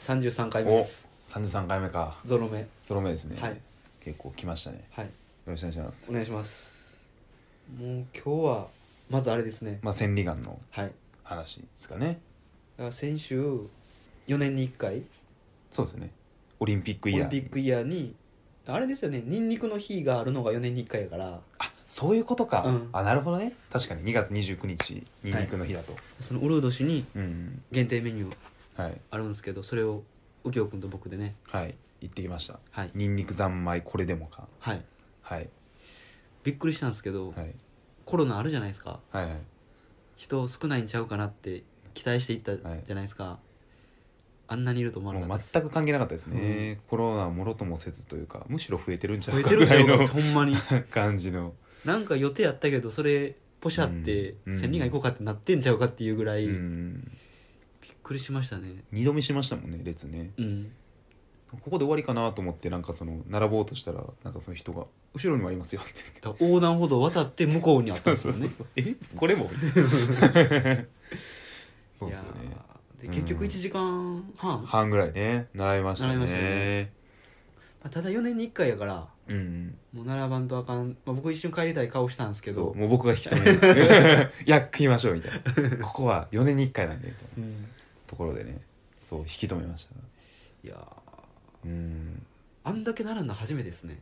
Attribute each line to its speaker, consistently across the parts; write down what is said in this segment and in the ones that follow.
Speaker 1: 33回目
Speaker 2: お
Speaker 1: です
Speaker 2: 三十三回目か
Speaker 1: ゾロ目
Speaker 2: ゾロ目ですね、
Speaker 1: はい
Speaker 2: 結構来ましたねよ
Speaker 1: はい
Speaker 2: ろしくお願いします
Speaker 1: お願いしますもう今日はまずあれですね、
Speaker 2: まあ千里眼の
Speaker 1: はいだ
Speaker 2: 話ですかね
Speaker 1: から先週4年に1回
Speaker 2: そうですねオリンピッ
Speaker 1: オ
Speaker 2: クイ
Speaker 1: リ
Speaker 2: ヤー
Speaker 1: ンピックイヤーにあれですよねニンニクの日があるのが4年に1回やから
Speaker 2: あそういうことか、
Speaker 1: うん
Speaker 2: あなるほどね確かに2月29日ニンニクの日だと、
Speaker 1: そのウルード氏に
Speaker 2: うん
Speaker 1: 限定メニュー
Speaker 2: はい
Speaker 1: あるんですけどそれを右京君と僕でね
Speaker 2: はい行ってきました
Speaker 1: はい
Speaker 2: ニンニク三昧これでもか
Speaker 1: はい
Speaker 2: はい
Speaker 1: びっくりしたんですけど、
Speaker 2: はい
Speaker 1: コロナあるじゃないですか
Speaker 2: はいはい
Speaker 1: 人少ないんちゃうかなって期待していった
Speaker 2: はい
Speaker 1: じゃないですか、あんなにいると思わなか
Speaker 2: も
Speaker 1: った
Speaker 2: う
Speaker 1: です
Speaker 2: 全く関係なかったですね、コロナもろともせずというかむしろ増えてるんちゃ
Speaker 1: 増
Speaker 2: う
Speaker 1: え
Speaker 2: か
Speaker 1: てる
Speaker 2: ぐ
Speaker 1: んち
Speaker 2: ら
Speaker 1: ゃ
Speaker 2: いう
Speaker 1: か
Speaker 2: の
Speaker 1: ほんまに
Speaker 2: 感じの、
Speaker 1: なんか予定やったけどそれポシャって
Speaker 2: うん
Speaker 1: 千里眼行こうかってなってんちゃうかっていうぐらい、
Speaker 2: うん
Speaker 1: びっくりしましたね
Speaker 2: 二度見しましたもんね列ね
Speaker 1: うん
Speaker 2: ここで終わりかなと思ってなんかその並ぼうとしたらなんかその人が「後ろにもありますよ」って言って
Speaker 1: だから横断歩道を渡って向こうにあったんです
Speaker 2: そ
Speaker 1: よ
Speaker 2: うそ
Speaker 1: ね
Speaker 2: うそうえ これもそうですよ
Speaker 1: い
Speaker 2: ね
Speaker 1: やーで結局
Speaker 2: うん
Speaker 1: 1時間半、ま
Speaker 2: 半ぐらいね習いましたね
Speaker 1: 習いましたねあただ4年に1回やから
Speaker 2: うん
Speaker 1: もう並ばんとあかん、まあ、僕一瞬帰りたい顔したんですけ
Speaker 2: そ
Speaker 1: ど
Speaker 2: うもう僕が引き止める いや食いましょうみたいなここは4年に1回なんでみたいな
Speaker 1: うん
Speaker 2: ところでねそう引き止めました
Speaker 1: いやー
Speaker 2: うん
Speaker 1: あんだけ並んだ初めてですね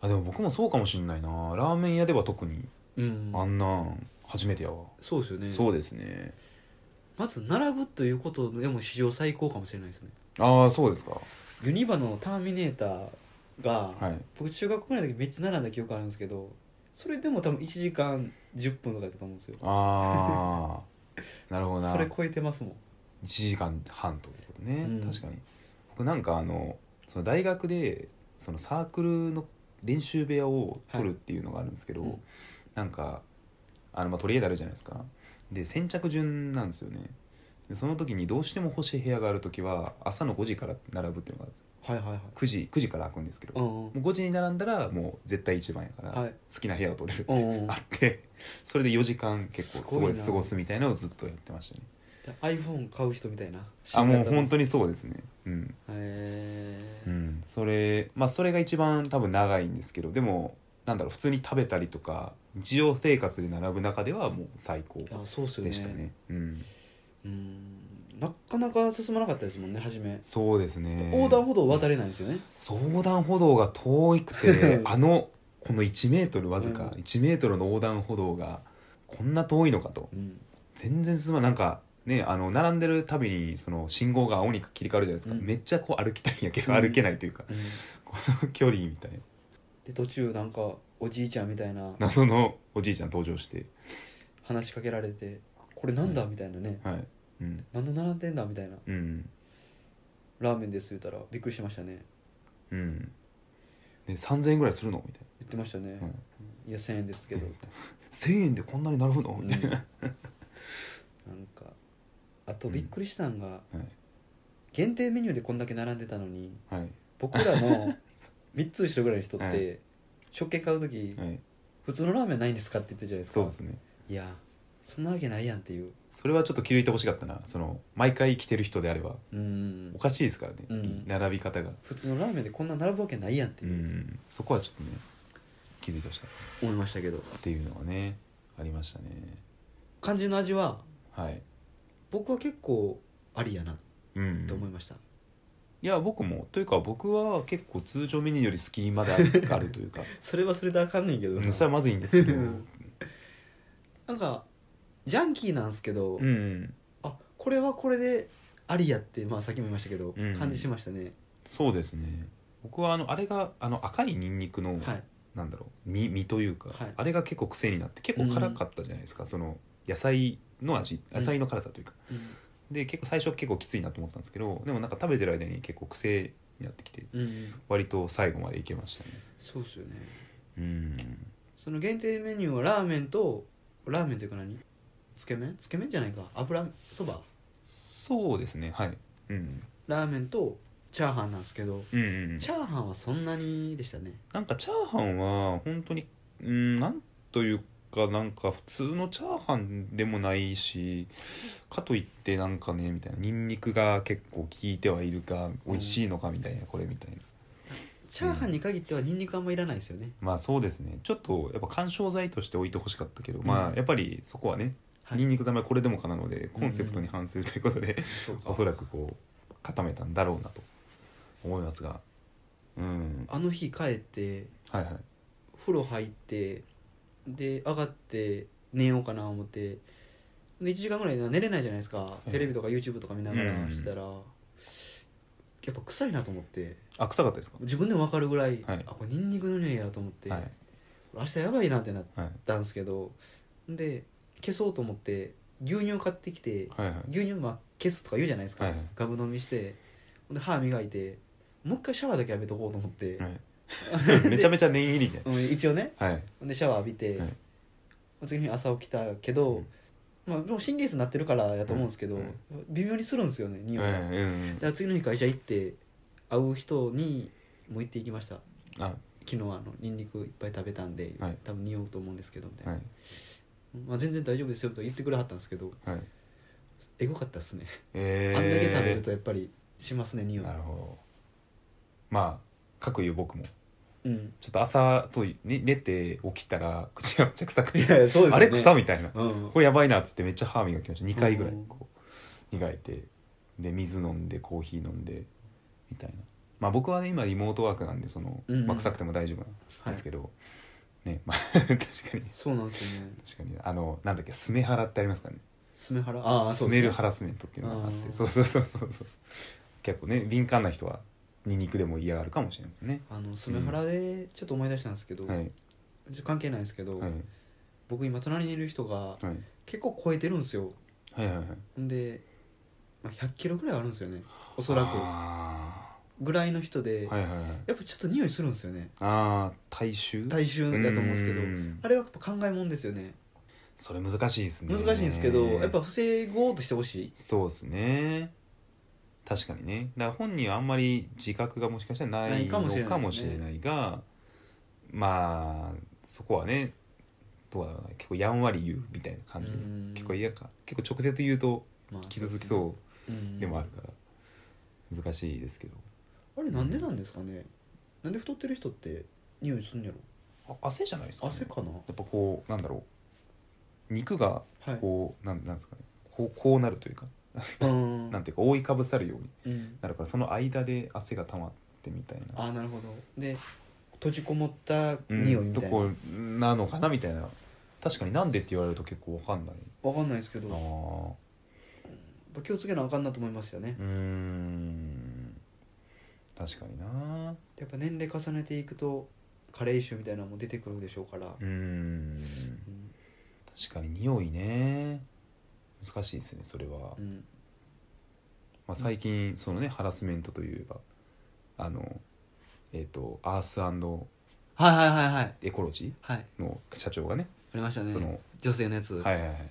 Speaker 2: あでも僕もそうかもしんないなラーメン屋では特に
Speaker 1: うん
Speaker 2: あんなん初めてやわ、
Speaker 1: そうですよね
Speaker 2: そうですね
Speaker 1: まず並ぶということでも史上最高かもしれないですね
Speaker 2: ああそうですか
Speaker 1: ユニバのターミネーターが、
Speaker 2: はい
Speaker 1: 僕中学校ぐらいの時めっちゃ並んだ記憶あるんですけどそれでも多分1時間10分とかやったと思うんですよ
Speaker 2: あ あなるほどな
Speaker 1: それ超えてますもん
Speaker 2: 1時間半ということね、
Speaker 1: うん
Speaker 2: 確かに僕なんかあのその大学でそのサークルの練習部屋を取るっていうのがあるんですけど、
Speaker 1: はいうん
Speaker 2: なんかあの、まあ、取り柄あるじゃないですかで先着順なんですよねでその時にどうしても欲しい部屋がある時は朝の5時から並ぶっていうのがあるんですよ
Speaker 1: はいはいはい
Speaker 2: 9時 ,9 時から開くんですけど、
Speaker 1: う
Speaker 2: も
Speaker 1: んうん
Speaker 2: う5時に並んだらもう絶対一番やから、
Speaker 1: はい
Speaker 2: 好きな部屋を取れるって
Speaker 1: うんうん
Speaker 2: あってそれで4時間結構
Speaker 1: すごいな
Speaker 2: 過ごすみたいなのをずっとやってましたね
Speaker 1: iPhone 買う人みたいな
Speaker 2: あもう本当
Speaker 1: に
Speaker 2: にそうですねうん、
Speaker 1: へ
Speaker 2: う
Speaker 1: え
Speaker 2: ん、それまあそれが一番多分長いんですけどでもなんだろう普通に食べたりとか日常生活で並ぶ中ではもう最高
Speaker 1: いやそうっすよね
Speaker 2: でしたねうん
Speaker 1: うんなかなか進まなかったですもんね初め
Speaker 2: そうですね
Speaker 1: 横断歩道を渡れないんですよね
Speaker 2: 横断歩道が遠く てあのこの1メートルわず
Speaker 1: う
Speaker 2: か、1メートルの横断歩道がこんな遠いのかと
Speaker 1: うん
Speaker 2: 全然進まないなんかねあの並んでるたびにその信号が青に切り替わるじゃないですか、
Speaker 1: うん
Speaker 2: めっちゃこう歩きたいんやけど
Speaker 1: うん
Speaker 2: 歩けないというか、
Speaker 1: うん
Speaker 2: この距離みたいな
Speaker 1: で途中なんかおじいちゃんみたいな
Speaker 2: 謎のおじいちゃん登場して
Speaker 1: 話しかけられて「これなんだ?」みたいなね
Speaker 2: はいうん
Speaker 1: 「何の並んでんだ?」みたいな
Speaker 2: うん
Speaker 1: 「ラーメンです」言ったらびっくりしましたね
Speaker 2: うんで3000円ぐらいするのみたい
Speaker 1: 言ってましたね
Speaker 2: な、はい
Speaker 1: 「いや1000円です けど」みたい
Speaker 2: 1000円でこんなになるのみたいな、
Speaker 1: ななんかあとびっくりしたんが
Speaker 2: はい
Speaker 1: 限定メニューでこんだけ並んでたのに
Speaker 2: はい
Speaker 1: 僕らの 3つ後ろぐらいの人っ
Speaker 2: は
Speaker 1: て食券買う時
Speaker 2: はい
Speaker 1: 「普通のラーメンないんですか?」って言ってたじゃないですか
Speaker 2: そうですね
Speaker 1: いやそんなわけないやんっていう
Speaker 2: それはちょっと気づいてほしかったなその毎回来てる人であれば
Speaker 1: うん
Speaker 2: おかしいですからね、
Speaker 1: うん
Speaker 2: 並び方が
Speaker 1: 普通のラーメンでこんな並ぶわけないやんって
Speaker 2: う
Speaker 1: いうん
Speaker 2: そこはちょっとね気づいてほしかった
Speaker 1: 思いましたけど
Speaker 2: っていうのがねありましたね
Speaker 1: 肝心の味は
Speaker 2: はい
Speaker 1: 僕は結構ありやな
Speaker 2: うん
Speaker 1: と思いました、
Speaker 2: いや僕もというか僕は結構通常メニューより好きまであると いうか
Speaker 1: それはそれであかんねんけどな、
Speaker 2: うんそれはまずいんですけど
Speaker 1: うんなんかジャンキーなんすけど、
Speaker 2: うん
Speaker 1: あこれはこれでありやってまあさっきも言いましたけど、
Speaker 2: うん
Speaker 1: 感じしましたね
Speaker 2: そうですね僕はあのあれがあの赤いニンニクの、
Speaker 1: はい
Speaker 2: なんだろう実実というか、
Speaker 1: はい
Speaker 2: あれが結構癖になって結構辛かったじゃないですか、その野菜の味野菜の辛さというか、で結構最初結構きついなと思ったんですけどでもなんか食べてる間に結構癖になってきて
Speaker 1: うん、
Speaker 2: 割と最後までいけましたね
Speaker 1: そうっすよね
Speaker 2: うん
Speaker 1: その限定メニューはラーメンとラーメンというか何つけ麺つけ麺じゃないか油そば
Speaker 2: そうですねはい、うん、
Speaker 1: ラーメンとチャーハンなんですけど、
Speaker 2: うんうんうん
Speaker 1: チャーハンはそんなにでしたね
Speaker 2: なんかチャーハンは本当にうんなんというかなんか普通のチャーハンでもないしかといってなんかねみたいなニンニクが結構効いてはいるが美味しいのかみたいなこれみたいな
Speaker 1: チャーハンに限ってはニンニクあんまいらないですよね、
Speaker 2: まあそうですねちょっとやっぱ緩衝材として置いてほしかったけど、まあやっぱりそこはね
Speaker 1: はい、
Speaker 2: ニンニク三昧これでもかなのでコンセプトに反するということで、
Speaker 1: そうか
Speaker 2: おそらくこう固めたんだろうなと思いますがうん
Speaker 1: あの日帰って
Speaker 2: はいはい
Speaker 1: 風呂入ってで上がって寝ようかな思ってで1時間ぐらい寝れないじゃないですか、
Speaker 2: い
Speaker 1: テレビとか YouTube とか見ながら
Speaker 2: うん
Speaker 1: したら、やっぱ臭いなと思って
Speaker 2: あ臭かったですか
Speaker 1: 自分でも分かるぐらい、
Speaker 2: はい
Speaker 1: あこれニンニクの匂いやと思って、
Speaker 2: はい
Speaker 1: 明日やばいなってなっ
Speaker 2: はい
Speaker 1: たんですけどで消そうと思って牛乳買ってきて
Speaker 2: はいはい
Speaker 1: 牛乳まあ消すとか言うじゃないですか、
Speaker 2: はいはい
Speaker 1: ガブ飲みしてほんで歯磨いてもう一回シャワーだけやめとこうと思って、
Speaker 2: はい、めちゃめちゃ念入りで、
Speaker 1: うん、一応ね
Speaker 2: はい、
Speaker 1: でシャワー浴びて、
Speaker 2: はい
Speaker 1: 次の日朝起きたけど、
Speaker 2: うん
Speaker 1: まあ、もう神経質になってるからやと思うんですけど、
Speaker 2: うん
Speaker 1: 微妙にするんですよね
Speaker 2: うん
Speaker 1: 匂いが、
Speaker 2: うん、
Speaker 1: で次の日会社行って会う人にもう行っていきました
Speaker 2: あ
Speaker 1: 昨日はあのニンニクいっぱい食べたんで、
Speaker 2: はい
Speaker 1: 多分匂うと思うんですけどみたいな、
Speaker 2: はい
Speaker 1: まあ、全然大丈夫ですよと言ってくれはったんですけど
Speaker 2: はい
Speaker 1: エゴかったっすね、
Speaker 2: えー、
Speaker 1: あんだけ食べるとやっぱりしますね匂い
Speaker 2: なるほどまあかくいう僕も
Speaker 1: うん
Speaker 2: ちょっと朝とい、ね、寝て起きたら口がめっちゃ臭くて、
Speaker 1: いやいやそうですよね
Speaker 2: あれ臭みたいな
Speaker 1: うん
Speaker 2: これやばいなっつってめっちゃ歯磨きました2回ぐらい
Speaker 1: うん
Speaker 2: こう磨いてで水飲んでコーヒー飲んでみたいなまあ僕はね今リモートワークなんでその、
Speaker 1: うんうん
Speaker 2: まあ、臭くても大丈夫なん
Speaker 1: は
Speaker 2: です
Speaker 1: い
Speaker 2: けど、ねまあ確かに
Speaker 1: そうなんですよね
Speaker 2: 確かにあのなんだっけスメハラってありますかね
Speaker 1: スメハラああそ
Speaker 2: ス
Speaker 1: うです
Speaker 2: メ
Speaker 1: ね
Speaker 2: ルハラスメントっていうのがあって
Speaker 1: あー
Speaker 2: そうそうそうそうそう結構ね敏感な人はニンニクでも嫌がるかもしれないね
Speaker 1: あのスメハラでちょっと思い出したんですけど、
Speaker 2: はい
Speaker 1: ちょ関係ないんですけど、
Speaker 2: はい
Speaker 1: 僕今隣にいる人が
Speaker 2: はい
Speaker 1: 結構超えてるんですよ
Speaker 2: はいはいはい
Speaker 1: ほんで、まあ、100キロぐらいあるんですよねおそらく
Speaker 2: あ
Speaker 1: ぐらいの人で、
Speaker 2: ーはいはいはい
Speaker 1: やっぱちょっと匂いするんですよね
Speaker 2: ああ体臭
Speaker 1: 体臭だと思うんですけど
Speaker 2: うん
Speaker 1: あれはやっぱ考えもんですよね
Speaker 2: それ難しいですね
Speaker 1: 難しいんですけどやっぱ防ごうとしてほしい
Speaker 2: そうですね確かにねだから本人はあんまり自覚がもしかしたらな
Speaker 1: ないい
Speaker 2: のか
Speaker 1: か
Speaker 2: も
Speaker 1: も
Speaker 2: し
Speaker 1: し
Speaker 2: れ
Speaker 1: れ
Speaker 2: な,、
Speaker 1: ないいですね
Speaker 2: がまあそこはねどうだろうな結構やんわり言うみたいな感じで
Speaker 1: うん
Speaker 2: 結構嫌か結構直接言うと
Speaker 1: まあ
Speaker 2: 傷つきそうでもあ
Speaker 1: る
Speaker 2: るから、難しいですけど
Speaker 1: あれなんでなんですかねなんで太ってる人って匂いするんやろ
Speaker 2: あ汗じゃないですか、ね、
Speaker 1: 汗かな
Speaker 2: やっぱこうなんだろう肉が
Speaker 1: はい
Speaker 2: こう、なんなんですかねこうこうなるというか
Speaker 1: うん
Speaker 2: なんていうか覆いかぶさるように
Speaker 1: うん
Speaker 2: なるからその間で汗が溜まってみたいな
Speaker 1: ああなるほどで閉じこもった匂いみたいな、
Speaker 2: うんとこなのかなみたいな確かになんでって言われると結構わかんない
Speaker 1: わかんないですけど
Speaker 2: な
Speaker 1: やっ
Speaker 2: あ
Speaker 1: ぱ気をつけなあかんなと思いましたね
Speaker 2: うーん確かにな
Speaker 1: やっぱ年齢重ねていくと加齢臭みたいなのも出てくるでしょうから、
Speaker 2: うー
Speaker 1: う
Speaker 2: ん
Speaker 1: ん
Speaker 2: 確かに匂いね難しいですねそれは、
Speaker 1: うん
Speaker 2: まあ、最近そのねハラスメントといえばあのえっ、とアース
Speaker 1: はいはいはいはい
Speaker 2: エコロジ
Speaker 1: はい
Speaker 2: ーの社長がね
Speaker 1: ありましたね
Speaker 2: その
Speaker 1: 女性のやつ、
Speaker 2: はいはいはい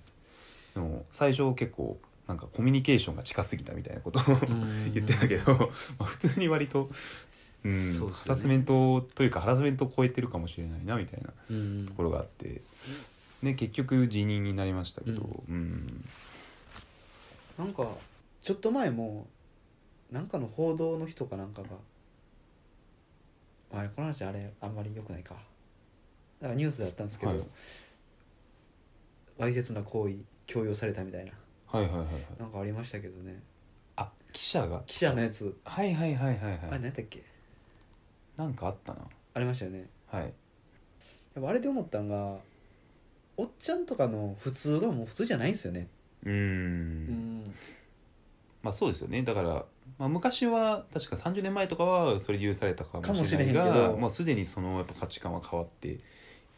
Speaker 2: でも最初結構なんかコミュニケーションが近すぎたみたいなことを
Speaker 1: ん
Speaker 2: 言ってたけど、 まあ普通に割と、うん
Speaker 1: そうっすよね
Speaker 2: ハラスメントというかハラスメントを超えてるかもしれないなみたいな
Speaker 1: うん
Speaker 2: ところがあって、ね、結局辞任になりましたけど、うん
Speaker 1: なんかちょっと前もなんかの報道の人かなんかがあこの話あれあんまり良くないかなんかニュースだったんですけど、
Speaker 2: はい
Speaker 1: わいせつな行為強要されたみたいな
Speaker 2: はいはいはいはい
Speaker 1: なんかありましたけどね
Speaker 2: あ記者が
Speaker 1: 記者のやつ
Speaker 2: はいはいはいはい
Speaker 1: あれ
Speaker 2: はい
Speaker 1: 何やったっけ
Speaker 2: なんかあったな
Speaker 1: ありましたよね
Speaker 2: はい
Speaker 1: やっぱあれで思ったんがおっちゃんとかの普通がもう普通じゃないんですよね
Speaker 2: うん
Speaker 1: うん
Speaker 2: まあそうですよねだから、まあ、昔は確か30年前とかはそれで許されたかもしれない
Speaker 1: かもしれへんけ
Speaker 2: が
Speaker 1: ど
Speaker 2: もうすでにそのやっぱ価値観は変わって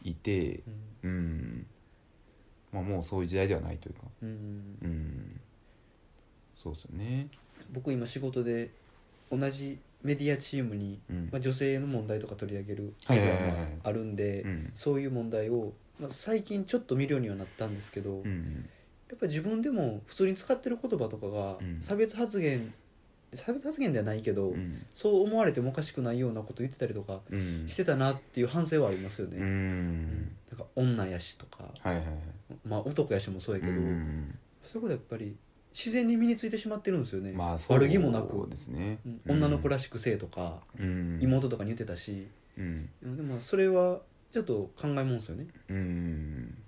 Speaker 2: いてうん、まあ、もうそういう時代ではないというか
Speaker 1: うん
Speaker 2: うんそうですよね
Speaker 1: 僕今仕事で同じメディアチームに
Speaker 2: うん
Speaker 1: まあ、女性の問題とか取り上げるメディア
Speaker 2: はいはいはいは
Speaker 1: も
Speaker 2: い
Speaker 1: あるんで、
Speaker 2: うん
Speaker 1: そういう問題を、まあ、最近ちょっと見るようにはなったんですけど、
Speaker 2: う
Speaker 1: や
Speaker 2: ん
Speaker 1: っぱ自分でも普通に使ってる言葉とかが
Speaker 2: うん
Speaker 1: 差別発言差別発言ではないけど、
Speaker 2: うん
Speaker 1: そう思われてもおかしくないようなこと言ってたりとか
Speaker 2: うん
Speaker 1: してたなっていう反省はありますよね、
Speaker 2: う
Speaker 1: うん
Speaker 2: ん
Speaker 1: なんか女やしとか、
Speaker 2: はいはいはい
Speaker 1: まあ、男やしもそうやけど、
Speaker 2: うん
Speaker 1: そういうことやっぱり自然に身についてしまってるんですよね、
Speaker 2: まあ
Speaker 1: 悪気もなく
Speaker 2: そうですね
Speaker 1: うん女の子らしく性とか、
Speaker 2: うん
Speaker 1: 妹とかに言ってたし、
Speaker 2: うん
Speaker 1: うんでもまあそれはちょっと考えもんですよね、
Speaker 2: うん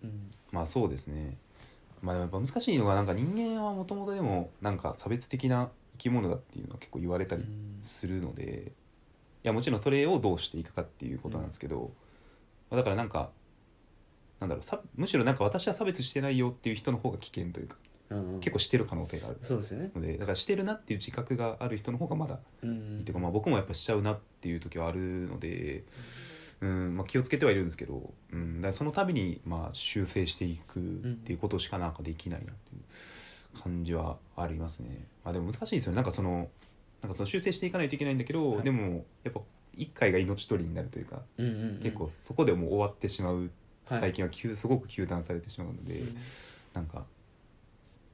Speaker 1: うん
Speaker 2: まあそうですねまあでもやっぱ難しいのがなんか人間はもともとでもなんか差別的な生き物だっていうのは結構言われたり
Speaker 1: うん
Speaker 2: するので、いやもちろんそれをどうしていくかっていうことなんですけど、まあ、だからなんかなんだろうさむしろなんか私は差別してないよっていう人の方が危険というか
Speaker 1: うんうん
Speaker 2: 結構してる可能性がある
Speaker 1: そうですよね、
Speaker 2: のでだからしてるなっていう自覚がある人の方がまだ
Speaker 1: う
Speaker 2: いい
Speaker 1: ん
Speaker 2: というか、まあ、僕もやっぱしちゃうなっていう時はあるので、うんまあ、気をつけてはいるんですけど、うん、だからその度にまあ修正していくっていうことしかなんかできないなっていう感じはありますね。まあ、でも難しいですよねなんかそのなんかその修正していかないといけないんだけど、
Speaker 1: はい
Speaker 2: でもやっぱ一回が命取りになるというか、
Speaker 1: うんうんうん
Speaker 2: 結構そこでもう終わってしまう
Speaker 1: はい
Speaker 2: 最近は急すごく糾弾されてしまうので、
Speaker 1: うん
Speaker 2: なんか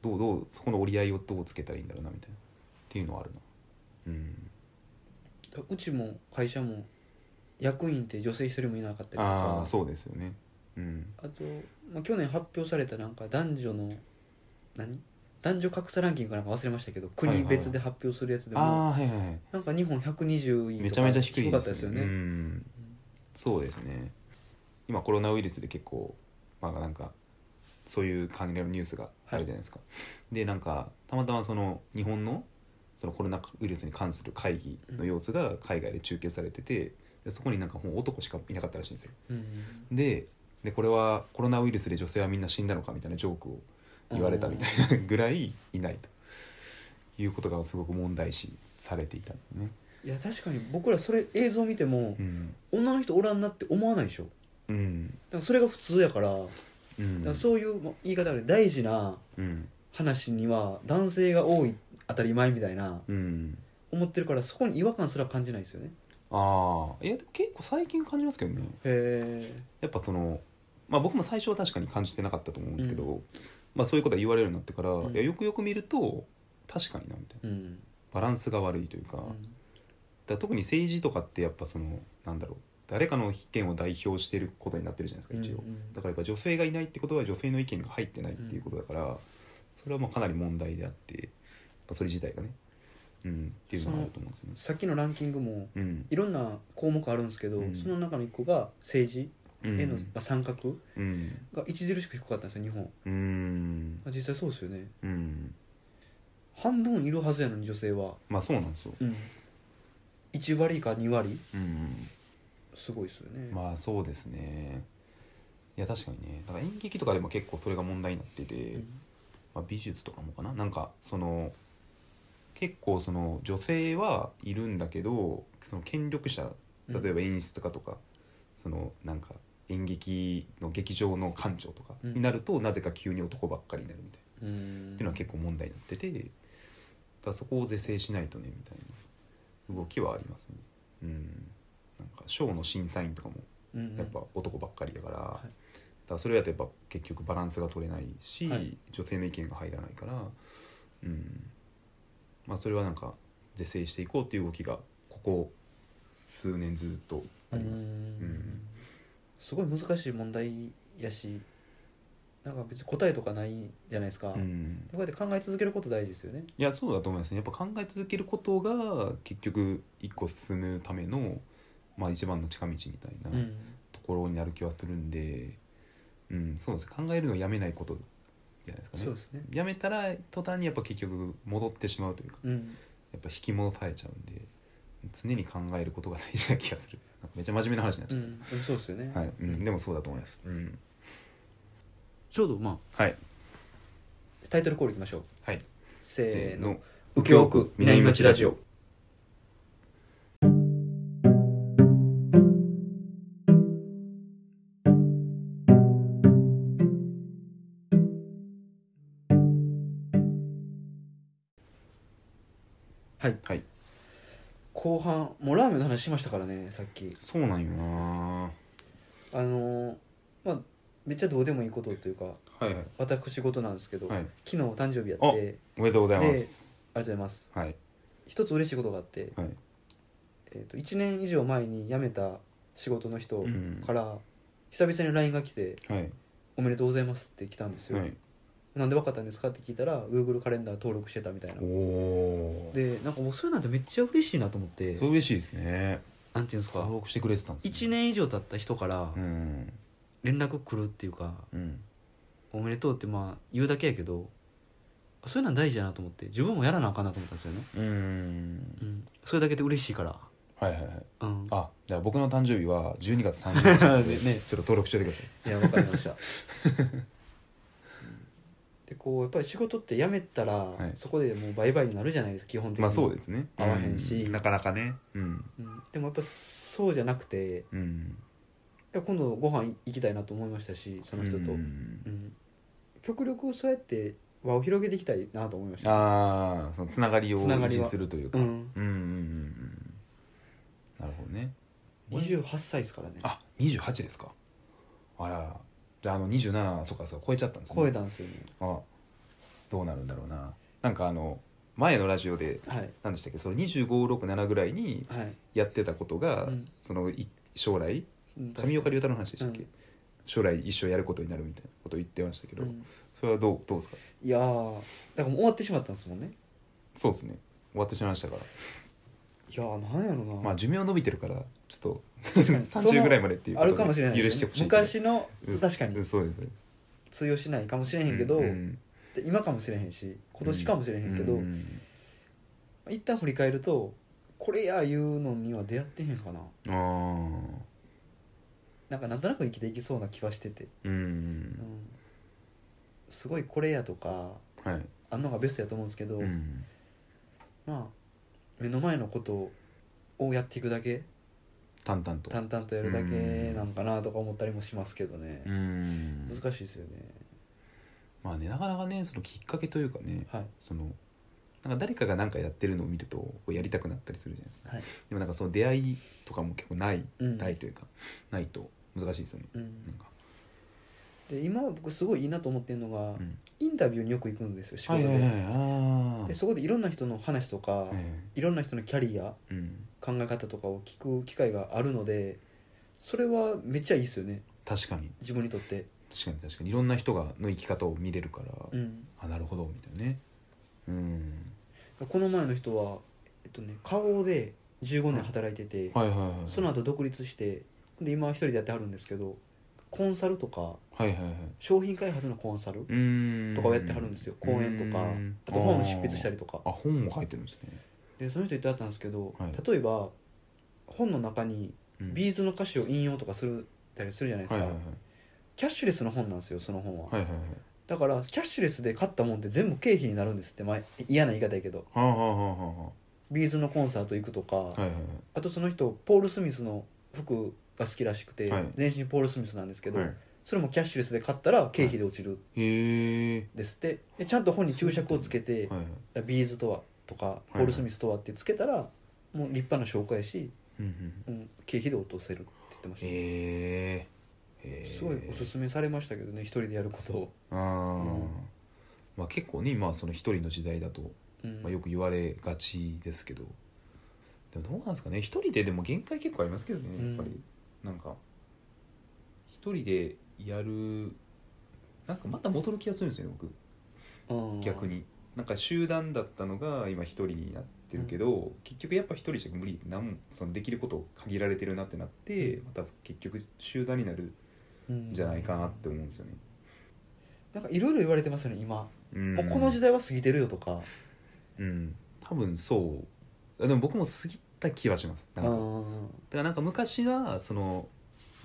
Speaker 2: どうどうそこの折り合いをどうつけたらいいんだろうなみたいなっていうのはあるな。うん
Speaker 1: うちも会社も役員って女性一人もいなかったりと
Speaker 2: あ
Speaker 1: か
Speaker 2: あそうですよねうん
Speaker 1: あと、まあ、去年発表されたなんか男女の何男女格差ランキングかなんか忘れましたけど
Speaker 2: いはい
Speaker 1: 国別で発表するやつでも、
Speaker 2: ああーはいはいはい
Speaker 1: なんか日本120位とか
Speaker 2: めちゃめちゃ低い
Speaker 1: すごかったですよね、
Speaker 2: うんそうですね今コロナウイルスで結構まあなんかそういう関連のニュースがあるじゃないですか、でなんかたまたまその日本のそのコロナウイルスに関する会議の様子が海外で中継されてて、でそこになんかもう男しかいなかったらしいんですよ
Speaker 1: うん
Speaker 2: ででこれはコロナウイルスで女性はみんな死んだのかみたいなジョークを言われたみたいなぐらいいないということがすごく問題視されていたのね。
Speaker 1: いや確かに僕らそれ映像見ても
Speaker 2: う、ん、
Speaker 1: 女の人おらんなって思わないでしょだ
Speaker 2: うん、
Speaker 1: からそれが普通やから,、
Speaker 2: うん、
Speaker 1: だからそういうまあ言い方で大事な
Speaker 2: うん、
Speaker 1: 話には男性が多い当たり前みたいな
Speaker 2: うん、
Speaker 1: 思ってるからそこに違和感すら感じないですよね
Speaker 2: ああ、いや、でも結構最近感じますけどね。
Speaker 1: へえ
Speaker 2: やっぱその、まあ、僕も最初は確かに感じてなかったと思うんですけど。まあ、そういうことが言われるようになってから、
Speaker 1: うん
Speaker 2: いやよくよく見ると、確かになみたいな、
Speaker 1: うん
Speaker 2: バランスが悪いというか。だから特に政治とかってやっぱそのなんだろう誰かの意見を代表してることになってるじゃないですか一応、
Speaker 1: うんうん
Speaker 2: だからやっぱ女性がいないってことは女性の意見が入ってないっていうことだから、それはまあかなり問題であってやっぱそれ自体がね、うん、っていうのがあると思うんですよね。
Speaker 1: さっきのランキングも
Speaker 2: うん
Speaker 1: いろんな項目あるんですけど、
Speaker 2: うん
Speaker 1: その中の一個が政治
Speaker 2: うん
Speaker 1: へのまあ参画が
Speaker 2: うん
Speaker 1: 著しく低かったんですよ日本
Speaker 2: うん
Speaker 1: 実際そうですよね
Speaker 2: うん
Speaker 1: 半分いるはずやのに女性は、
Speaker 2: まあそうなんですよ、
Speaker 1: うん、1割か2割
Speaker 2: うん、
Speaker 1: すごいですよね、
Speaker 2: まあそうですねいや確かにねだから演劇とかでも結構それが問題になってて、
Speaker 1: うん
Speaker 2: まあ、美術とかもかななんかその結構その女性はいるんだけどその権力者
Speaker 1: うん
Speaker 2: 例えば演出家とか、そのなんか演劇の劇場の館長とか
Speaker 1: うん
Speaker 2: になると、なぜか急に男ばっかりになるみたいな、
Speaker 1: うん
Speaker 2: っていうのは結構問題になっててだからそこを是正しないとねみたいな動きはありますね。うんなんかショーの審査員とかも
Speaker 1: うん
Speaker 2: やっぱ男ばっかりだから、
Speaker 1: い
Speaker 2: だからそれだとやっぱ結局バランスが取れないし、
Speaker 1: はい
Speaker 2: 女性の意見が入らないから、うんまあ、それはなんか是正していこうっていう動きがここ数年ずっとあります。
Speaker 1: う
Speaker 2: うんん
Speaker 1: すごい難しい問題やしなんか別に答えとかないじゃないですか、こうやって考え続けること大事ですよね
Speaker 2: いやそうだと思いますねやっぱ考え続けることが結局一個進むための、まあ、一番の近道みたいなところになる気はするんで、うん、そうです考えるのをやめないことじゃないですかね
Speaker 1: そう。ですね
Speaker 2: やめたら途端にやっぱ結局戻ってしまうというか
Speaker 1: うん
Speaker 2: やっぱ引き戻されちゃうんで常に考えることが大事な気がす るなんかめっちゃ真面目な話になっ
Speaker 1: う
Speaker 2: ちゃっ
Speaker 1: ん、でもそうですよね、
Speaker 2: た、はいうん、でもそうだと思います、うん、
Speaker 1: ちょうどまあ
Speaker 2: はい
Speaker 1: タイトルコールいきましょう
Speaker 2: はい
Speaker 1: せーの
Speaker 2: せ
Speaker 1: 右京区南町ラジオはい
Speaker 2: はい
Speaker 1: 後半もうラーメンの話しましたからねさっき
Speaker 2: そうなんよな
Speaker 1: あのーまあめっちゃどうでもいいことというか
Speaker 2: はいはい
Speaker 1: 私事なんですけど、
Speaker 2: はい
Speaker 1: 昨日誕生日やってありがとう
Speaker 2: おめでとうございます
Speaker 1: ございます
Speaker 2: はい
Speaker 1: 一つ嬉しいことがあって、
Speaker 2: はい
Speaker 1: えー、と1年以上前に辞めた仕事の人
Speaker 2: うん
Speaker 1: から久々に LINE が来て
Speaker 2: はい
Speaker 1: 「おめでとうございます」って来たんですよ、
Speaker 2: はい
Speaker 1: なんで分かったんですかって聞いたら Google カレンダー登録してたみたいな
Speaker 2: おおー
Speaker 1: でなんかもうそういうなんてめっちゃ嬉しいなと思って
Speaker 2: それ嬉しいですね
Speaker 1: なんていうんですか
Speaker 2: 登録してくれてたんですね
Speaker 1: 1年以上経った人から
Speaker 2: うん
Speaker 1: 連絡来るっていうか
Speaker 2: うん
Speaker 1: 「おめでとう」ってまあ言うだけやけどそういうのは大事やなと思って自分もやらなあかんなと思ったんですよね、
Speaker 2: うん
Speaker 1: うん、それだけで嬉しいから
Speaker 2: はいはいはい
Speaker 1: うん
Speaker 2: あじゃあ僕の誕生日は12月30日な ので
Speaker 1: ね
Speaker 2: ちょっと登録しておいてください
Speaker 1: いやわかりましたでこうやっぱり仕事って辞めたら、
Speaker 2: い
Speaker 1: そこでもうバイバイになるじゃないですか基本的に、
Speaker 2: まあそうですね
Speaker 1: 合わへんし
Speaker 2: うなかなかねうん
Speaker 1: うんでもやっぱそうじゃなくてい
Speaker 2: うん
Speaker 1: や今度ご飯行きたいなと思いましたしその人と、
Speaker 2: う
Speaker 1: うん
Speaker 2: ん
Speaker 1: 極力そうやって輪を広げていきたいなと思いました
Speaker 2: ああそのつながりを
Speaker 1: つなが
Speaker 2: 維
Speaker 1: りは
Speaker 2: 持するという
Speaker 1: う
Speaker 2: か、
Speaker 1: ん
Speaker 2: うんうんうんうんなるほどね
Speaker 1: 28歳ですからね
Speaker 2: あ二28ですかあららじゃああの27そっかそう超えちゃったんですね
Speaker 1: 超えたんですよね
Speaker 2: あどうなるんだろうななんかあの前のラジオで
Speaker 1: はい
Speaker 2: 何でしたっけそれ2567ぐらいに
Speaker 1: はい
Speaker 2: やってたことが、
Speaker 1: うん
Speaker 2: そのい将来
Speaker 1: うん
Speaker 2: 上岡龍太郎の話でしたっけ、
Speaker 1: うん
Speaker 2: 将来一生やることになるみたいなことを言ってましたけど、
Speaker 1: うん
Speaker 2: それはどうどうですか
Speaker 1: いやーだからもう終わってしまったんですもんね
Speaker 2: そうですね終わってしまいましたから
Speaker 1: いやーなんやろな、
Speaker 2: まあ寿命伸びてるからちょっと
Speaker 1: 確 かにその
Speaker 2: 30ぐらいまでっていうこ
Speaker 1: あ
Speaker 2: と
Speaker 1: る
Speaker 2: で
Speaker 1: かもしれない
Speaker 2: 許
Speaker 1: です
Speaker 2: して
Speaker 1: よ
Speaker 2: ほしい
Speaker 1: ね、昔の
Speaker 2: うん
Speaker 1: 確かに
Speaker 2: うんそうです
Speaker 1: 通用しないかもしれへんけど、
Speaker 2: ううん
Speaker 1: で今かもしれへんし今年かもしれへんけど、
Speaker 2: うん
Speaker 1: 一旦振り返るとこれやいうのには出会ってへんかな
Speaker 2: ああ
Speaker 1: なんかなんとなく生きていきそうな気はしてて、う
Speaker 2: う
Speaker 1: んん、すごいこれやとか
Speaker 2: はい
Speaker 1: あんのがベストやと思うんですけど、
Speaker 2: うん
Speaker 1: まあ目の前のことをやっていくだけ
Speaker 2: 淡々と
Speaker 1: 淡々とやるだけなんかなとか思ったりもしますけどね
Speaker 2: う、ん
Speaker 1: 難しいですよね
Speaker 2: まあねなかなかねそのきっかけというかね
Speaker 1: はい
Speaker 2: そのなんか誰かが何かやってるのを見るとこうやりたくなったりするじゃないですか
Speaker 1: はい
Speaker 2: でもなんかその出会いとかも結構ない、
Speaker 1: うん
Speaker 2: ないというかないと難しいですよね
Speaker 1: うん
Speaker 2: なんか、
Speaker 1: で今は僕すごいいいなと思ってるのが、
Speaker 2: うん、
Speaker 1: インタビューによく行くんですよ仕事で,、
Speaker 2: はいはいはいあー
Speaker 1: でそこでいろんな人の話とか、
Speaker 2: え
Speaker 1: いろんな人のキャリア
Speaker 2: えうん、
Speaker 1: 考え方とかを聞く機会があるのでそれはめっちゃいいですよね
Speaker 2: 確かに
Speaker 1: 自分にとって、
Speaker 2: 確かに確かにいろんな人がの生き方を見れるから、
Speaker 1: うん、
Speaker 2: あなるほどみたいなねうん
Speaker 1: この前の人は、えっとね、花王で15年働いてて、
Speaker 2: はいはいはい
Speaker 1: その後独立してで今は一人でやってはるんですけどコンサルとか
Speaker 2: はいはいはい
Speaker 1: 商品開発のコンサル
Speaker 2: うーん
Speaker 1: とかをやってはるんですよ講演とか
Speaker 2: うん
Speaker 1: あと本を執筆したりとか
Speaker 2: あーあ本を書いてるんですね、
Speaker 1: でその人言ってはったんですけど、
Speaker 2: はい
Speaker 1: 例えば本の中に
Speaker 2: うん
Speaker 1: ビーズの歌詞を引用とかするたりするじゃないです
Speaker 2: は
Speaker 1: か、
Speaker 2: いはいはい
Speaker 1: キャッシュレスの本なんですよその本は、
Speaker 2: はいはいはい
Speaker 1: だからキャッシュレスで買ったもんって全部経費になるんですって、まあ、嫌な言い方やけど
Speaker 2: はあはあはあは
Speaker 1: ビーズのコンサート行くとか、
Speaker 2: あはいはいはい
Speaker 1: あとその人ポール・スミスの服が好きらしくて、
Speaker 2: はい
Speaker 1: 全身ポール・スミスなんですけど、
Speaker 2: はい
Speaker 1: それもキャッシュレスで買ったら経費で落ちるん
Speaker 2: へえ
Speaker 1: ですってでちゃんと本に注釈をつけて、
Speaker 2: はいはい
Speaker 1: ビーズとはとかポール・スミスとはってつけたら、もう立派な紹介やし、
Speaker 2: うんうん
Speaker 1: うん、経費で落とせるって言ってました、
Speaker 2: へえ
Speaker 1: すごいおす
Speaker 2: め
Speaker 1: すめされましたけどね一人でやることを、
Speaker 2: あー、まあ結構ね今はその一人の時代だと、
Speaker 1: うん
Speaker 2: まあ、よく言われがちですけどでもどうなんですかね一人ででも限界結構ありますけどねやっぱり、
Speaker 1: うん
Speaker 2: なんか一人でやるなんかまた戻る気がするんですよね僕
Speaker 1: うん
Speaker 2: 逆になんか集団だったのが今一人になってるけど、結局やっぱ一人じゃ無理なんもそのできること限られてるなってなってまた結局集団になる
Speaker 1: うん
Speaker 2: んじゃないかなって思うんですよね。
Speaker 1: なんかいろいろ言われてますよね今、
Speaker 2: うん
Speaker 1: もうこの時代は過ぎてるよとか
Speaker 2: うん、多分そうあでも僕も過ぎた気はしますなんかだ
Speaker 1: うん
Speaker 2: からなんか昔はその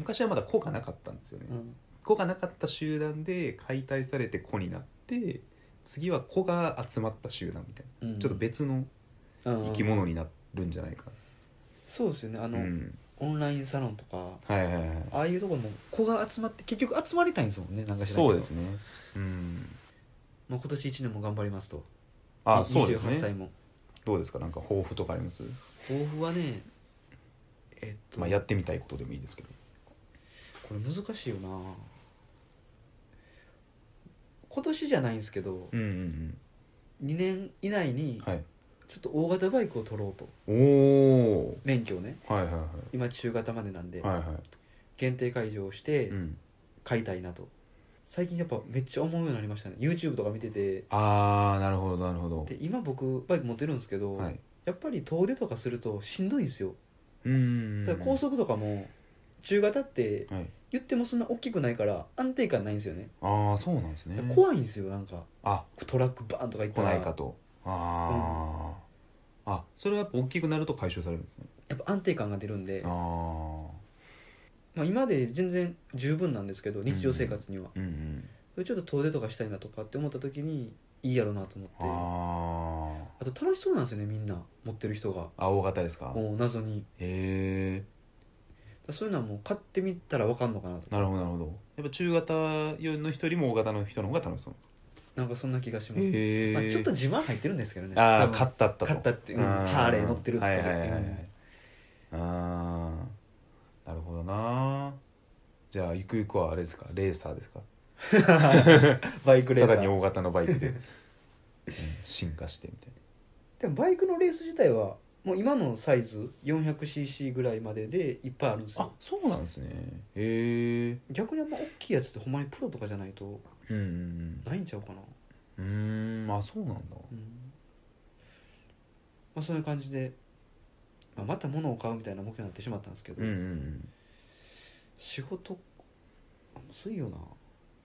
Speaker 2: 昔はまだ子がなかったんですよね、
Speaker 1: うん
Speaker 2: 子がなかった集団で解体されて子になって次は子が集まった集団みたいな、
Speaker 1: うん
Speaker 2: ちょっと別の生き
Speaker 1: うん
Speaker 2: 物になるんじゃないか
Speaker 1: そうですよねあの、
Speaker 2: な、うん
Speaker 1: オンラインサロンとか
Speaker 2: はいはいはい
Speaker 1: ああいうところも子が集まって結局集まりたいんですもんねなんか知らんけど
Speaker 2: そうですねうん
Speaker 1: もう今年1年も頑張りますと
Speaker 2: あ
Speaker 1: い
Speaker 2: そうです
Speaker 1: 28歳
Speaker 2: ね
Speaker 1: も
Speaker 2: どうですかなんか抱負とかあります、
Speaker 1: 抱負はねえっと、
Speaker 2: まあ、やってみたいことでもいいですけど
Speaker 1: これ難しいよな今年じゃないんですけど、
Speaker 2: うんうん
Speaker 1: 2年以内に
Speaker 2: うんはい
Speaker 1: ちょっと大型バイクを取ろうと
Speaker 2: おお
Speaker 1: 免許をね
Speaker 2: はいはいは
Speaker 1: 今中型までなんで、
Speaker 2: いはいは
Speaker 1: 限定解除をして
Speaker 2: い、うん、
Speaker 1: 買いたいなと、最近やっぱめっちゃ思うようになりましたね YouTube とか見てて
Speaker 2: ああなるほどなるほど
Speaker 1: で今僕バイク持ってるんですけど、
Speaker 2: はい
Speaker 1: やっぱり遠出とかするとしんどいんですよ、
Speaker 2: うーん
Speaker 1: ただ高速とかも中型って
Speaker 2: はい
Speaker 1: 言ってもそんな大きくないから安定感ないんですよね、
Speaker 2: ああそうなんですね
Speaker 1: 怖いんですよなんか
Speaker 2: あ
Speaker 1: トラックバーンとか行った
Speaker 2: 来
Speaker 1: ら
Speaker 2: ないかとああ、あそれはやっぱ大きくなると解消されるんですね
Speaker 1: やっぱ安定感が出るんで
Speaker 2: ああ
Speaker 1: まあ、今で全然十分なんですけど日常生活には、
Speaker 2: うんうん
Speaker 1: ちょっと遠出とかしたいなとかって思った時にいいやろうなと思ってあ
Speaker 2: あ
Speaker 1: と楽しそうなんですよねみんな持ってる人が
Speaker 2: ああ大型ですかへ
Speaker 1: もう謎に
Speaker 2: え
Speaker 1: だからそういうのはもう買ってみたら分かんのかなと
Speaker 2: なるほどなるほどやっぱ中型よりの人よりも大型の人の方が楽しそうなんですか
Speaker 1: なんかそんな気がします、
Speaker 2: へえ、
Speaker 1: まあ、ちょっと自慢入ってるんですけどね
Speaker 2: あ
Speaker 1: 多
Speaker 2: あ
Speaker 1: 分
Speaker 2: 買ったったと
Speaker 1: 買ったってうん
Speaker 2: あ
Speaker 1: ハーレー乗ってるとか
Speaker 2: はいはいはい、は
Speaker 1: うん、
Speaker 2: いああなるほどなじゃあゆくゆくはあれですかレーサーですか
Speaker 1: バ イクレーサー
Speaker 2: さらに大型のバイク で、うん進化してみたい
Speaker 1: でもバイクのレース自体はもう今のサイズ 400cc ぐらいまででいっぱいあるんです
Speaker 2: なあ
Speaker 1: よ
Speaker 2: そうなんですねへえ
Speaker 1: 逆にあんま大きいやつってほんまにプロとかじゃないと
Speaker 2: うんうん
Speaker 1: ないんちゃうかな
Speaker 2: うんうーんあそうなんだ
Speaker 1: うんまあ、そういう感じで、まあ、また物を買うみたいな目標になってしまったんですけど、
Speaker 2: うんうんうん
Speaker 1: 仕事むずいよな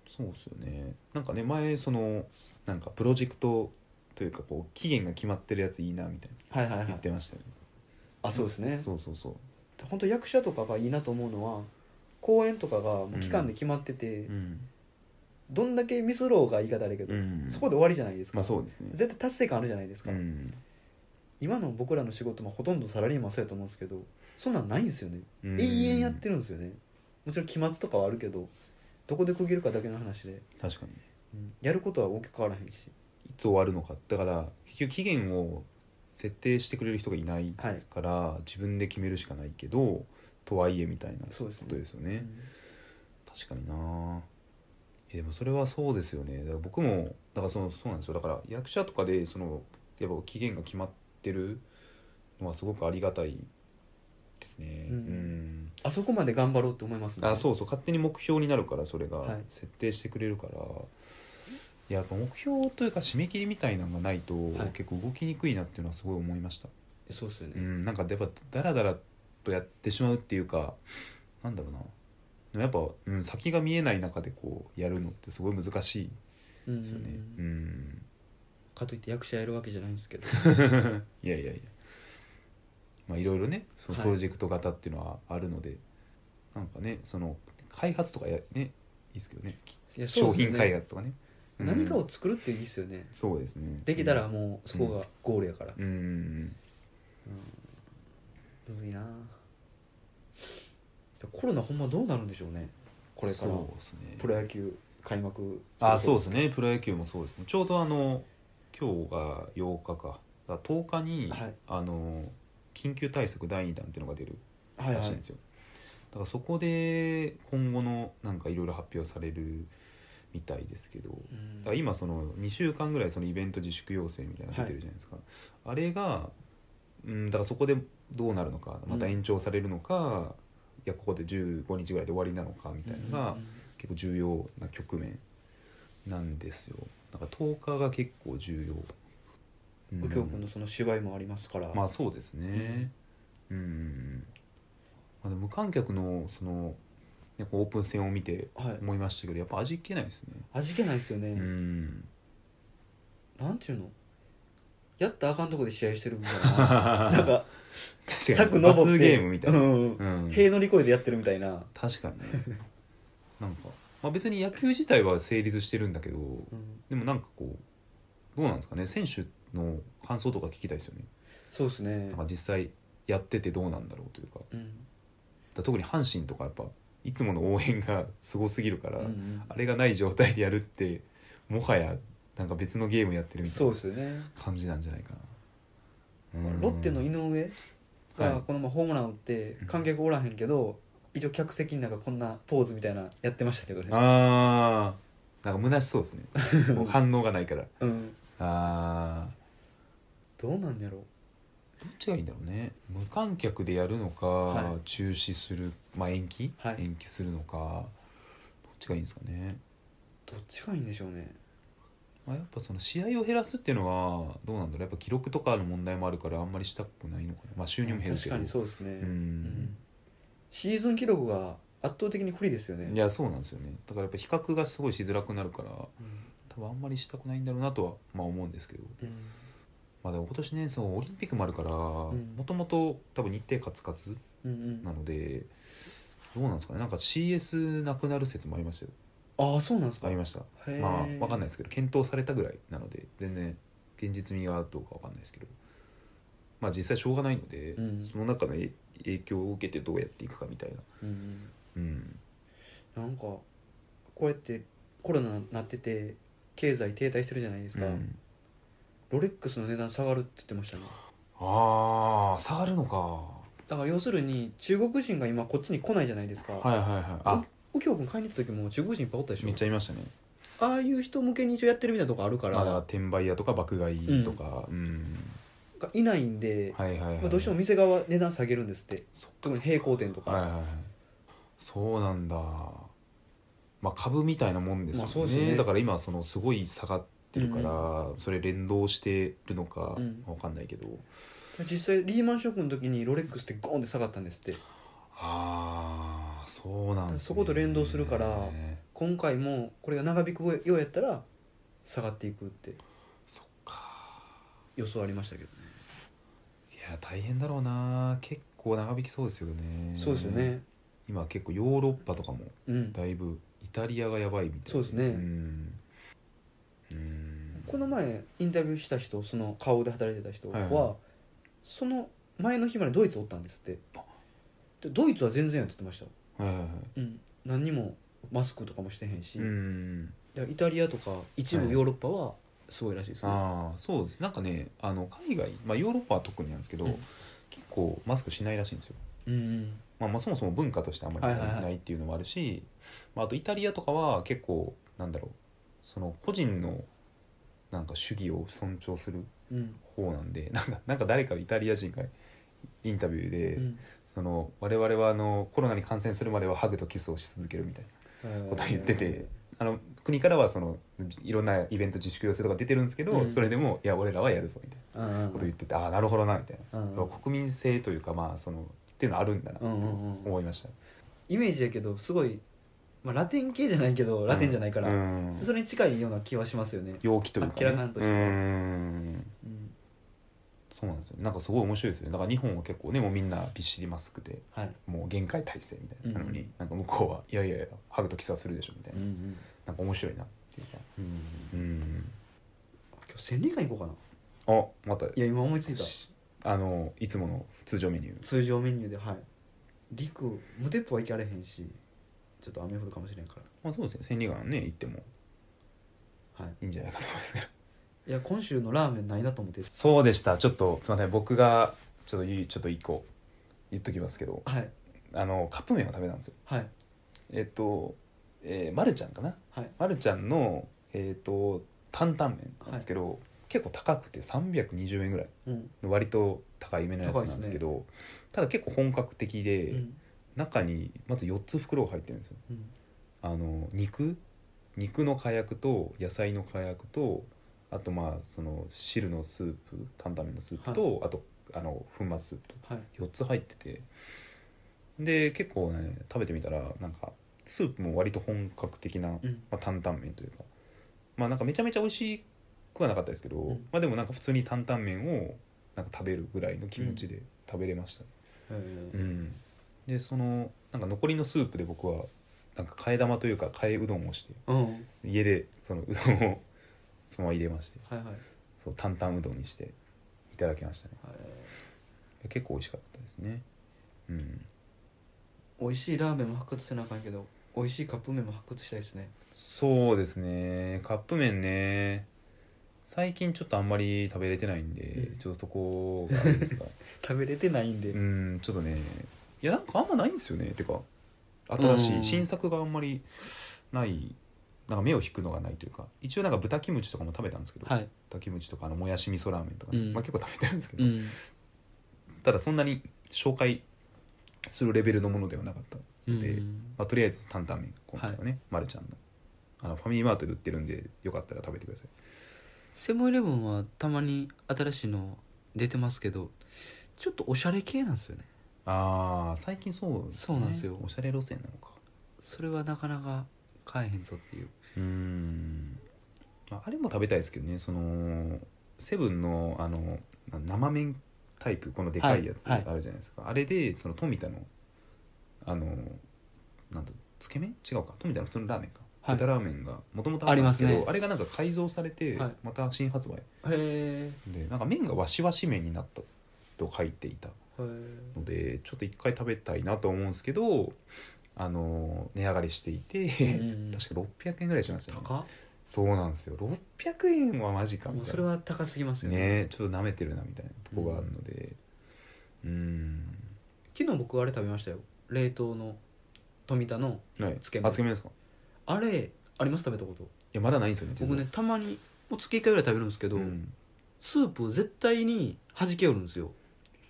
Speaker 2: そうっすよねなんかね前そのなんかプロジェクトというかこう期限が決まってるやついいなみたいな
Speaker 1: はいはいは
Speaker 2: 言ってましたよね、
Speaker 1: あそうですね
Speaker 2: そうそうそう
Speaker 1: 本当役者とかがいいなと思うのは公演とかがもう期間で決まってて、
Speaker 2: うん、
Speaker 1: どんだけミスろうが言い方あれけど、
Speaker 2: うん、
Speaker 1: そこで終わりじゃないですか、
Speaker 2: まあそうですね
Speaker 1: 絶対達成感あるじゃないですか、
Speaker 2: うん
Speaker 1: 今の僕らの仕事もほとんどサラリーマンそうやと思うんですけどそんなんないんですよね永遠やってるんですよねもちろん期末とかはあるけどどこで区切るかだけの話で
Speaker 2: 確かに
Speaker 1: やることは大きく変わらへんし、
Speaker 2: いつ終わるのかだから結局期限を設定してくれる人がいない
Speaker 1: はい、
Speaker 2: から自分で決めるしかないけどとはいえみたいなこ
Speaker 1: そうですね
Speaker 2: とですよね確かになえでもそれはそうですよねだから僕もだからそのそうなんですよだから役者とかでそのやっぱ期限が決まってるのはすごくありがたいですね
Speaker 1: う
Speaker 2: うんん
Speaker 1: あそこまで頑張ろうって思いますもんね
Speaker 2: あそうそう勝手に目標になるからそれが、
Speaker 1: はい
Speaker 2: 設定してくれるからいややっぱ目標というか締め切りみたいなのがないと、
Speaker 1: はい
Speaker 2: 結構動きにくいなっていうのはすごい思いました
Speaker 1: そうっすよね、
Speaker 2: うん、なんかやっぱダラダラとやってしまうっていうかなんだろうなでもやっぱ、うん、先が見えない中でこうやるのってすごい難し
Speaker 1: うん
Speaker 2: いですよねうん、
Speaker 1: かといって役者やるわけじゃないんですけど
Speaker 2: いやいやいやまあいろいろねその
Speaker 1: はい
Speaker 2: プロジェクト型っていうのはあるので、なんかねその開発とかやねいいですけどね
Speaker 1: いやそう
Speaker 2: 商
Speaker 1: っすよ
Speaker 2: 品
Speaker 1: ね
Speaker 2: 開発とかねうん
Speaker 1: 何かを作るっていいっすよね、
Speaker 2: そうですね
Speaker 1: できたらもうそこ
Speaker 2: う
Speaker 1: がゴールやから、
Speaker 2: うん、うん、
Speaker 1: むずいなコロナほんまどうなるんでしょうねこれから
Speaker 2: そうですね
Speaker 1: プロ野球開幕
Speaker 2: あそうです
Speaker 1: ね
Speaker 2: ねプロ野球もそうですねちょうどあの今日が8日かだから10日に、
Speaker 1: はい
Speaker 2: あの緊急対策第2弾っていうのが出る
Speaker 1: はいは
Speaker 2: ら
Speaker 1: い
Speaker 2: しいんですよ、だからそこで今後のなんかいろいろ発表されるみたいですけどだ
Speaker 1: うん
Speaker 2: から今その2週間ぐらいそのイベント自粛要請みたいなの出てるじゃないですか、あれが、うん、だからそこでどうなるのかまた延長されるのか、いやここで15日ぐらいで終わりなのかみたいなのが、
Speaker 1: うん
Speaker 2: 結構重要な局面なんですよだから10日が結構重要、うん
Speaker 1: 右京君のその芝居もありますから、
Speaker 2: まあそうですねうん、まあ、でも無観客のその、ね、こうオープン戦を見て
Speaker 1: はい
Speaker 2: 思いましたけどやっぱ味気ないですね
Speaker 1: 味気ないっすよね、
Speaker 2: うん
Speaker 1: なんていうのやったらあかんとこで試合してるみたい ななんか
Speaker 2: 確
Speaker 1: 柵登って
Speaker 2: 罰ゲームみたいな、
Speaker 1: うんうんうん
Speaker 2: うん
Speaker 1: 塀乗り越えてやってるみたいな、
Speaker 2: 確かにねなんか、まあ、別に野球自体は成立してるんだけど
Speaker 1: うん
Speaker 2: でもなんかこうどうなんですかね選手の感想とか聞きたいですよね
Speaker 1: そうですね
Speaker 2: なんか実際やっててどうなんだろうというかだか
Speaker 1: うん
Speaker 2: ら特に阪神とかやっぱいつもの応援がすごすぎるから、
Speaker 1: うんうん
Speaker 2: あれがない状態でやるってもはやなんか別のゲームやってるみたい
Speaker 1: そう
Speaker 2: な
Speaker 1: ですよね、
Speaker 2: 感じなんじゃないかな。うん
Speaker 1: ロッテの井上が
Speaker 2: はい
Speaker 1: このままホームラン打って観客おらへんけど、一応客席になんかこんなポーズみたいなやってましたけどね
Speaker 2: あ ーなんか虚しそうですねもう反応がないから
Speaker 1: うん
Speaker 2: あー
Speaker 1: どうなんやろ
Speaker 2: どっちがいいんだろうね無観客でやるのか、
Speaker 1: は
Speaker 2: 中止するまあ延期、
Speaker 1: はい
Speaker 2: 延期するのかどっちがいいんですかね、
Speaker 1: どっちがいいんでしょうね
Speaker 2: まあ、やっぱその試合を減らすっていうのはどうなんだろうやっぱ記録とかの問題もあるからあんまりしたくないのかなまあ収入も減る
Speaker 1: 確
Speaker 2: けど
Speaker 1: かにそうですね、
Speaker 2: うん
Speaker 1: シーズン記録が圧倒的に不利ですよね
Speaker 2: いやそうなんですよねだからやっぱ比較がすごいしづらくなるから
Speaker 1: うん
Speaker 2: 多分あんまりしたくないんだろうなとはまあ思うんですけど
Speaker 1: うん
Speaker 2: まあでも今年ねそのオリンピックもあるからも
Speaker 1: ん
Speaker 2: ともと多分日程カツカツ
Speaker 1: うんうん
Speaker 2: なのでどうなんですかねなんか CS なくなる説もありましたよ
Speaker 1: ああそうなんですか
Speaker 2: ありました
Speaker 1: へえ
Speaker 2: まあ分かんないですけど検討されたぐらいなので全然現実味がどうか分かんないですけどまあ実際しょうがないので、
Speaker 1: うん
Speaker 2: その中のえ影響を受けてどうやっていくかみたいな
Speaker 1: うん
Speaker 2: うん
Speaker 1: うん、なんかこうやってコロナになってて経済停滞してるじゃないですか、
Speaker 2: うん
Speaker 1: ロレックスの値段下がるって言ってましたね
Speaker 2: ああ下がるのかは
Speaker 1: だから要するに中国人が今こっちに来ないじゃないですか、
Speaker 2: いはいはいあ
Speaker 1: 右京君買いに行った時も中国人いっぱいおったでしょ
Speaker 2: めっちゃいましたね
Speaker 1: ああいう人向けに一応やってるみたいなとこあるか
Speaker 2: ま
Speaker 1: ら、
Speaker 2: あだから転売屋とか爆買いとかうん、
Speaker 1: がいないんで、
Speaker 2: はいはいはい、
Speaker 1: まあ、どうしても店側値段下げるんですって
Speaker 2: そっか
Speaker 1: 特に平行点とか、
Speaker 2: はいはいはいそうなんだまあ株みたいなもんですよね,、
Speaker 1: まあそうですね
Speaker 2: だから今そのすごい下がってるから、それ連動してるのか
Speaker 1: うん
Speaker 2: わかんないけど、
Speaker 1: 実際リーマンショックの時にロレックスってゴーンって下がったんですって
Speaker 2: ああそうなんです、ね、
Speaker 1: そこと連動するから今回もこれが長引くようやったら下がっていくって
Speaker 2: そっか
Speaker 1: 予想ありましたけどね、
Speaker 2: いや大変だろうな結構長引きそうですよね
Speaker 1: そうですよね
Speaker 2: 今結構ヨーロッパとかも
Speaker 1: うん
Speaker 2: だいぶイタリアがやばいみたいな
Speaker 1: そうですね
Speaker 2: んうん
Speaker 1: この前インタビューした人その顔で働いてた人は、
Speaker 2: はいは
Speaker 1: その前の日までドイツおったんですってでドイツは全然やって言ってました、
Speaker 2: はいはいはい
Speaker 1: うん、何にもマスクとかもしてへんし、
Speaker 2: うん
Speaker 1: だからイタリアとか一
Speaker 2: は
Speaker 1: 部
Speaker 2: い
Speaker 1: ヨーロッパはすごいらしいですね、
Speaker 2: ああそうですなんかねあの海外、まあ、ヨーロッパは特になんですけど、
Speaker 1: うん
Speaker 2: 結構マスクしないらしいんですよ、
Speaker 1: うん
Speaker 2: まあ、まあそもそも文化としてあんまり
Speaker 1: はいはいはい
Speaker 2: ないっていうのもあるし、まあ、あとイタリアとかは結構なんだろうその個人のなんか主義を尊重する
Speaker 1: うんうん
Speaker 2: 方なんで なんかなんか誰かイタリア人がインタビューで、
Speaker 1: うん
Speaker 2: その我々はあのコロナに感染するまではハグとキスをし続けるみたいなこと言っててあの国からはそのいろんなイベント自粛要請とか出てるんですけど、
Speaker 1: うん
Speaker 2: それでもいや俺らはやるぞみたいな。
Speaker 1: うんうん
Speaker 2: こと言っててああなるほどなみたい
Speaker 1: うん
Speaker 2: な、国民性というかまあそのっていうのあるんだなと
Speaker 1: うんうんうん
Speaker 2: 思いました、
Speaker 1: イメージやけどすごい、まあ、ラテン系じゃないけどラテンじゃないから、
Speaker 2: うん
Speaker 1: それに近いような気はしますよね、
Speaker 2: 陽気というか、
Speaker 1: 明らかんとして
Speaker 2: うん
Speaker 1: うん
Speaker 2: そうなんですよねなんかすごい面白いですよねだから日本は結構ねもうみんなびっしりマスクで
Speaker 1: はい
Speaker 2: もう限界体制みたいなのに、
Speaker 1: うん
Speaker 2: なんか向こうはいやいやいやハグとキスはするでしょみたいな、
Speaker 1: ん
Speaker 2: なんか面白いなっていうか
Speaker 1: うん、
Speaker 2: うん
Speaker 1: 今日千里眼行こうかな
Speaker 2: あまた
Speaker 1: いや今思いついた
Speaker 2: あのいつもの通常メニュー
Speaker 1: 通常メニューではい陸無鉄砲は行かれへんしちょっと雨降るかもしれんか
Speaker 2: まあそうですね千里眼ね行っても
Speaker 1: らはい
Speaker 2: いいんじゃないかと思いますけど
Speaker 1: いや今週のラーメンないなと思って
Speaker 2: そうでしたちょっとすみません僕がちょっといいちょっと一個言っときますけど
Speaker 1: はい
Speaker 2: あのカップ麺を食べたんですよ
Speaker 1: はい
Speaker 2: えっと、えー、まるちゃんかな
Speaker 1: はい
Speaker 2: まるちゃんのえっと担々麺なんですけど、結構高くて320円ぐらい
Speaker 1: うん、
Speaker 2: の割と高いめのやつなんですけどただ結構本格的で、
Speaker 1: うん
Speaker 2: 中にまず4つ袋が入ってるんですよ
Speaker 1: うん
Speaker 2: あの肉肉の火薬と野菜の火薬とあとまあその汁のスープ担々麺のスープと、あとあの粉末スープと
Speaker 1: はい
Speaker 2: 4つ入っててで結構ね食べてみたらなんかスープも割と本格的な、ま
Speaker 1: うん
Speaker 2: あ、担々麺というかまあなんかめちゃめちゃ美味しくはなかったですけど、
Speaker 1: うん
Speaker 2: まあでもなんか普通に担々麺をなんか食べるぐらいの気持ちで食べれました、
Speaker 1: え
Speaker 2: う
Speaker 1: ー
Speaker 2: ん、でそのなんか残りのスープで僕はなんか替え玉というか替えうどんをして
Speaker 1: うん
Speaker 2: 家でそのうどんをそのまま入れまして
Speaker 1: はいはい
Speaker 2: そう担々うどんにしていただきましたね
Speaker 1: え
Speaker 2: 結構美味しかったですねうん
Speaker 1: ー美味しいラーメンも発掘せなあかんけど美味しいカップ麺も発掘したいですね
Speaker 2: そうですねカップ麺ね最近ちょっとあんまり食べれてないんで、
Speaker 1: うん
Speaker 2: ちょっとそこがあれですが
Speaker 1: 食べれてないんで
Speaker 2: うんちょっとねいやなんかあんまないんですよねてか新し
Speaker 1: う
Speaker 2: い
Speaker 1: ん
Speaker 2: 新作があんまりないなんか目を引くのがないというか一応なんか豚キムチとかも食べたんですけど、
Speaker 1: はい
Speaker 2: 豚キムチとかあのもやし味噌ラーメンとかね、
Speaker 1: うん
Speaker 2: まあ、結構食べてるんですけど、
Speaker 1: うん
Speaker 2: ただそんなに紹介するレベルのものではなかった、
Speaker 1: うん
Speaker 2: でまあ、とりあえず担々麺今回はね、まるちゃんのあのファミリーマートで売ってるんでよかったら食べてください
Speaker 1: セブンイレブンはたまに新しいの出てますけどちょっとおしゃれ系なんですよね
Speaker 2: あー最近そうですね
Speaker 1: そうなんですよ
Speaker 2: おしゃれ路線なのか
Speaker 1: それはなかなか買えへんぞっていう
Speaker 2: うーん、まあ、あれも食べたいですけどねそのセブンのあのな生麺タイプこのでかいやつ
Speaker 1: は
Speaker 2: あ
Speaker 1: い
Speaker 2: る
Speaker 1: は
Speaker 2: じゃないですか、あれでその富田のあのなんだつけ麺違うか富田の普通のラーメンか、
Speaker 1: はい
Speaker 2: 豚ラーメンがもともと
Speaker 1: ありますね
Speaker 2: あれがなんか改造されて、
Speaker 1: はい
Speaker 2: また新発売
Speaker 1: へ
Speaker 2: でなんか麺がわしわし麺になったと書いていた
Speaker 1: え
Speaker 2: のでちょっと一回食べたいなと思うんですけどあの値上がりしていて、確か600円ぐらいしましたね
Speaker 1: 高っ
Speaker 2: そうなんですよ600円はマジかみ
Speaker 1: もう
Speaker 2: た
Speaker 1: そ
Speaker 2: い
Speaker 1: れ
Speaker 2: な
Speaker 1: は高すぎますよね
Speaker 2: ねちょっと舐めてるなみたいなとこがあるのでうーん
Speaker 1: 昨日僕あれ食べましたよ冷凍の富田の
Speaker 2: はい
Speaker 1: つけ麺
Speaker 2: あつけ麺ですかい
Speaker 1: あれあります食べたこと
Speaker 2: やまだないんですよね
Speaker 1: 僕ねたまにもう月1回ぐらい食べるんですけ
Speaker 2: 実
Speaker 1: ど、
Speaker 2: はうん
Speaker 1: スープ絶対に弾けよるんですよ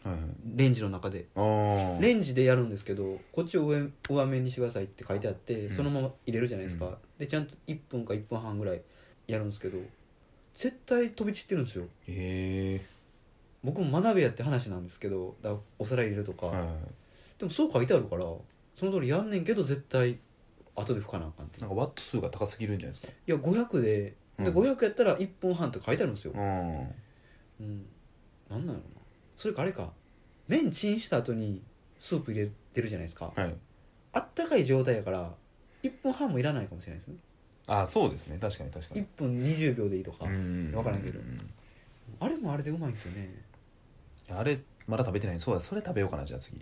Speaker 2: はいはい
Speaker 1: レンジの中で
Speaker 2: あー
Speaker 1: レンジでやるんですけどこっちを上上面にしてくださいって書いてあって
Speaker 2: ん
Speaker 1: そのまま入れるじゃないですか、
Speaker 2: うん
Speaker 1: でちゃんと1分か1分半ぐらいやるんですけど絶対飛び散ってるんですよ
Speaker 2: へ
Speaker 1: 僕も学べやって話なんですけどだお皿入れるとか、
Speaker 2: えはいはいはい
Speaker 1: でもそう書いてあるからその通りやんねんけど絶対後で拭かなあかんってい
Speaker 2: なんかワット数が高すぎるんじゃないですか
Speaker 1: や500でで
Speaker 2: うん
Speaker 1: 500やったら1分半って書いてあるんですよ、
Speaker 2: うん
Speaker 1: うん、なんなんやろなそれかあれか麺チンした後にスープ入れてるじゃないですか
Speaker 2: はい
Speaker 1: あったかい状態やから1分半もいらないかもしれないですね
Speaker 2: あーそうですね確かに確か
Speaker 1: 1
Speaker 2: に
Speaker 1: 分20秒でいいとか、
Speaker 2: うん
Speaker 1: わからんけど
Speaker 2: うん
Speaker 1: あれもあれでうまいんですよね
Speaker 2: あれまだ食べてないそうだそれ食べようかなじゃあ次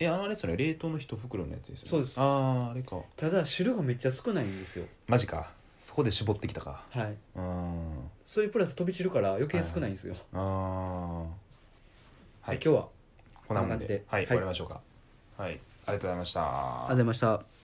Speaker 2: えあのあれですよね冷凍の一袋のやつですよね
Speaker 1: そうです
Speaker 2: あああれか
Speaker 1: ただ汁がめっちゃ少ないんですよ
Speaker 2: マジかそこで絞ってきたか
Speaker 1: はい
Speaker 2: うん
Speaker 1: それプラス飛び散るから余計少ないんですよ、
Speaker 2: ああは
Speaker 1: 今
Speaker 2: い
Speaker 1: 日は
Speaker 2: こんなもん
Speaker 1: こんな感じ
Speaker 2: で
Speaker 1: で
Speaker 2: はい、
Speaker 1: はい
Speaker 2: 終わりましょうかはいありがとうございました
Speaker 1: ありがとうございました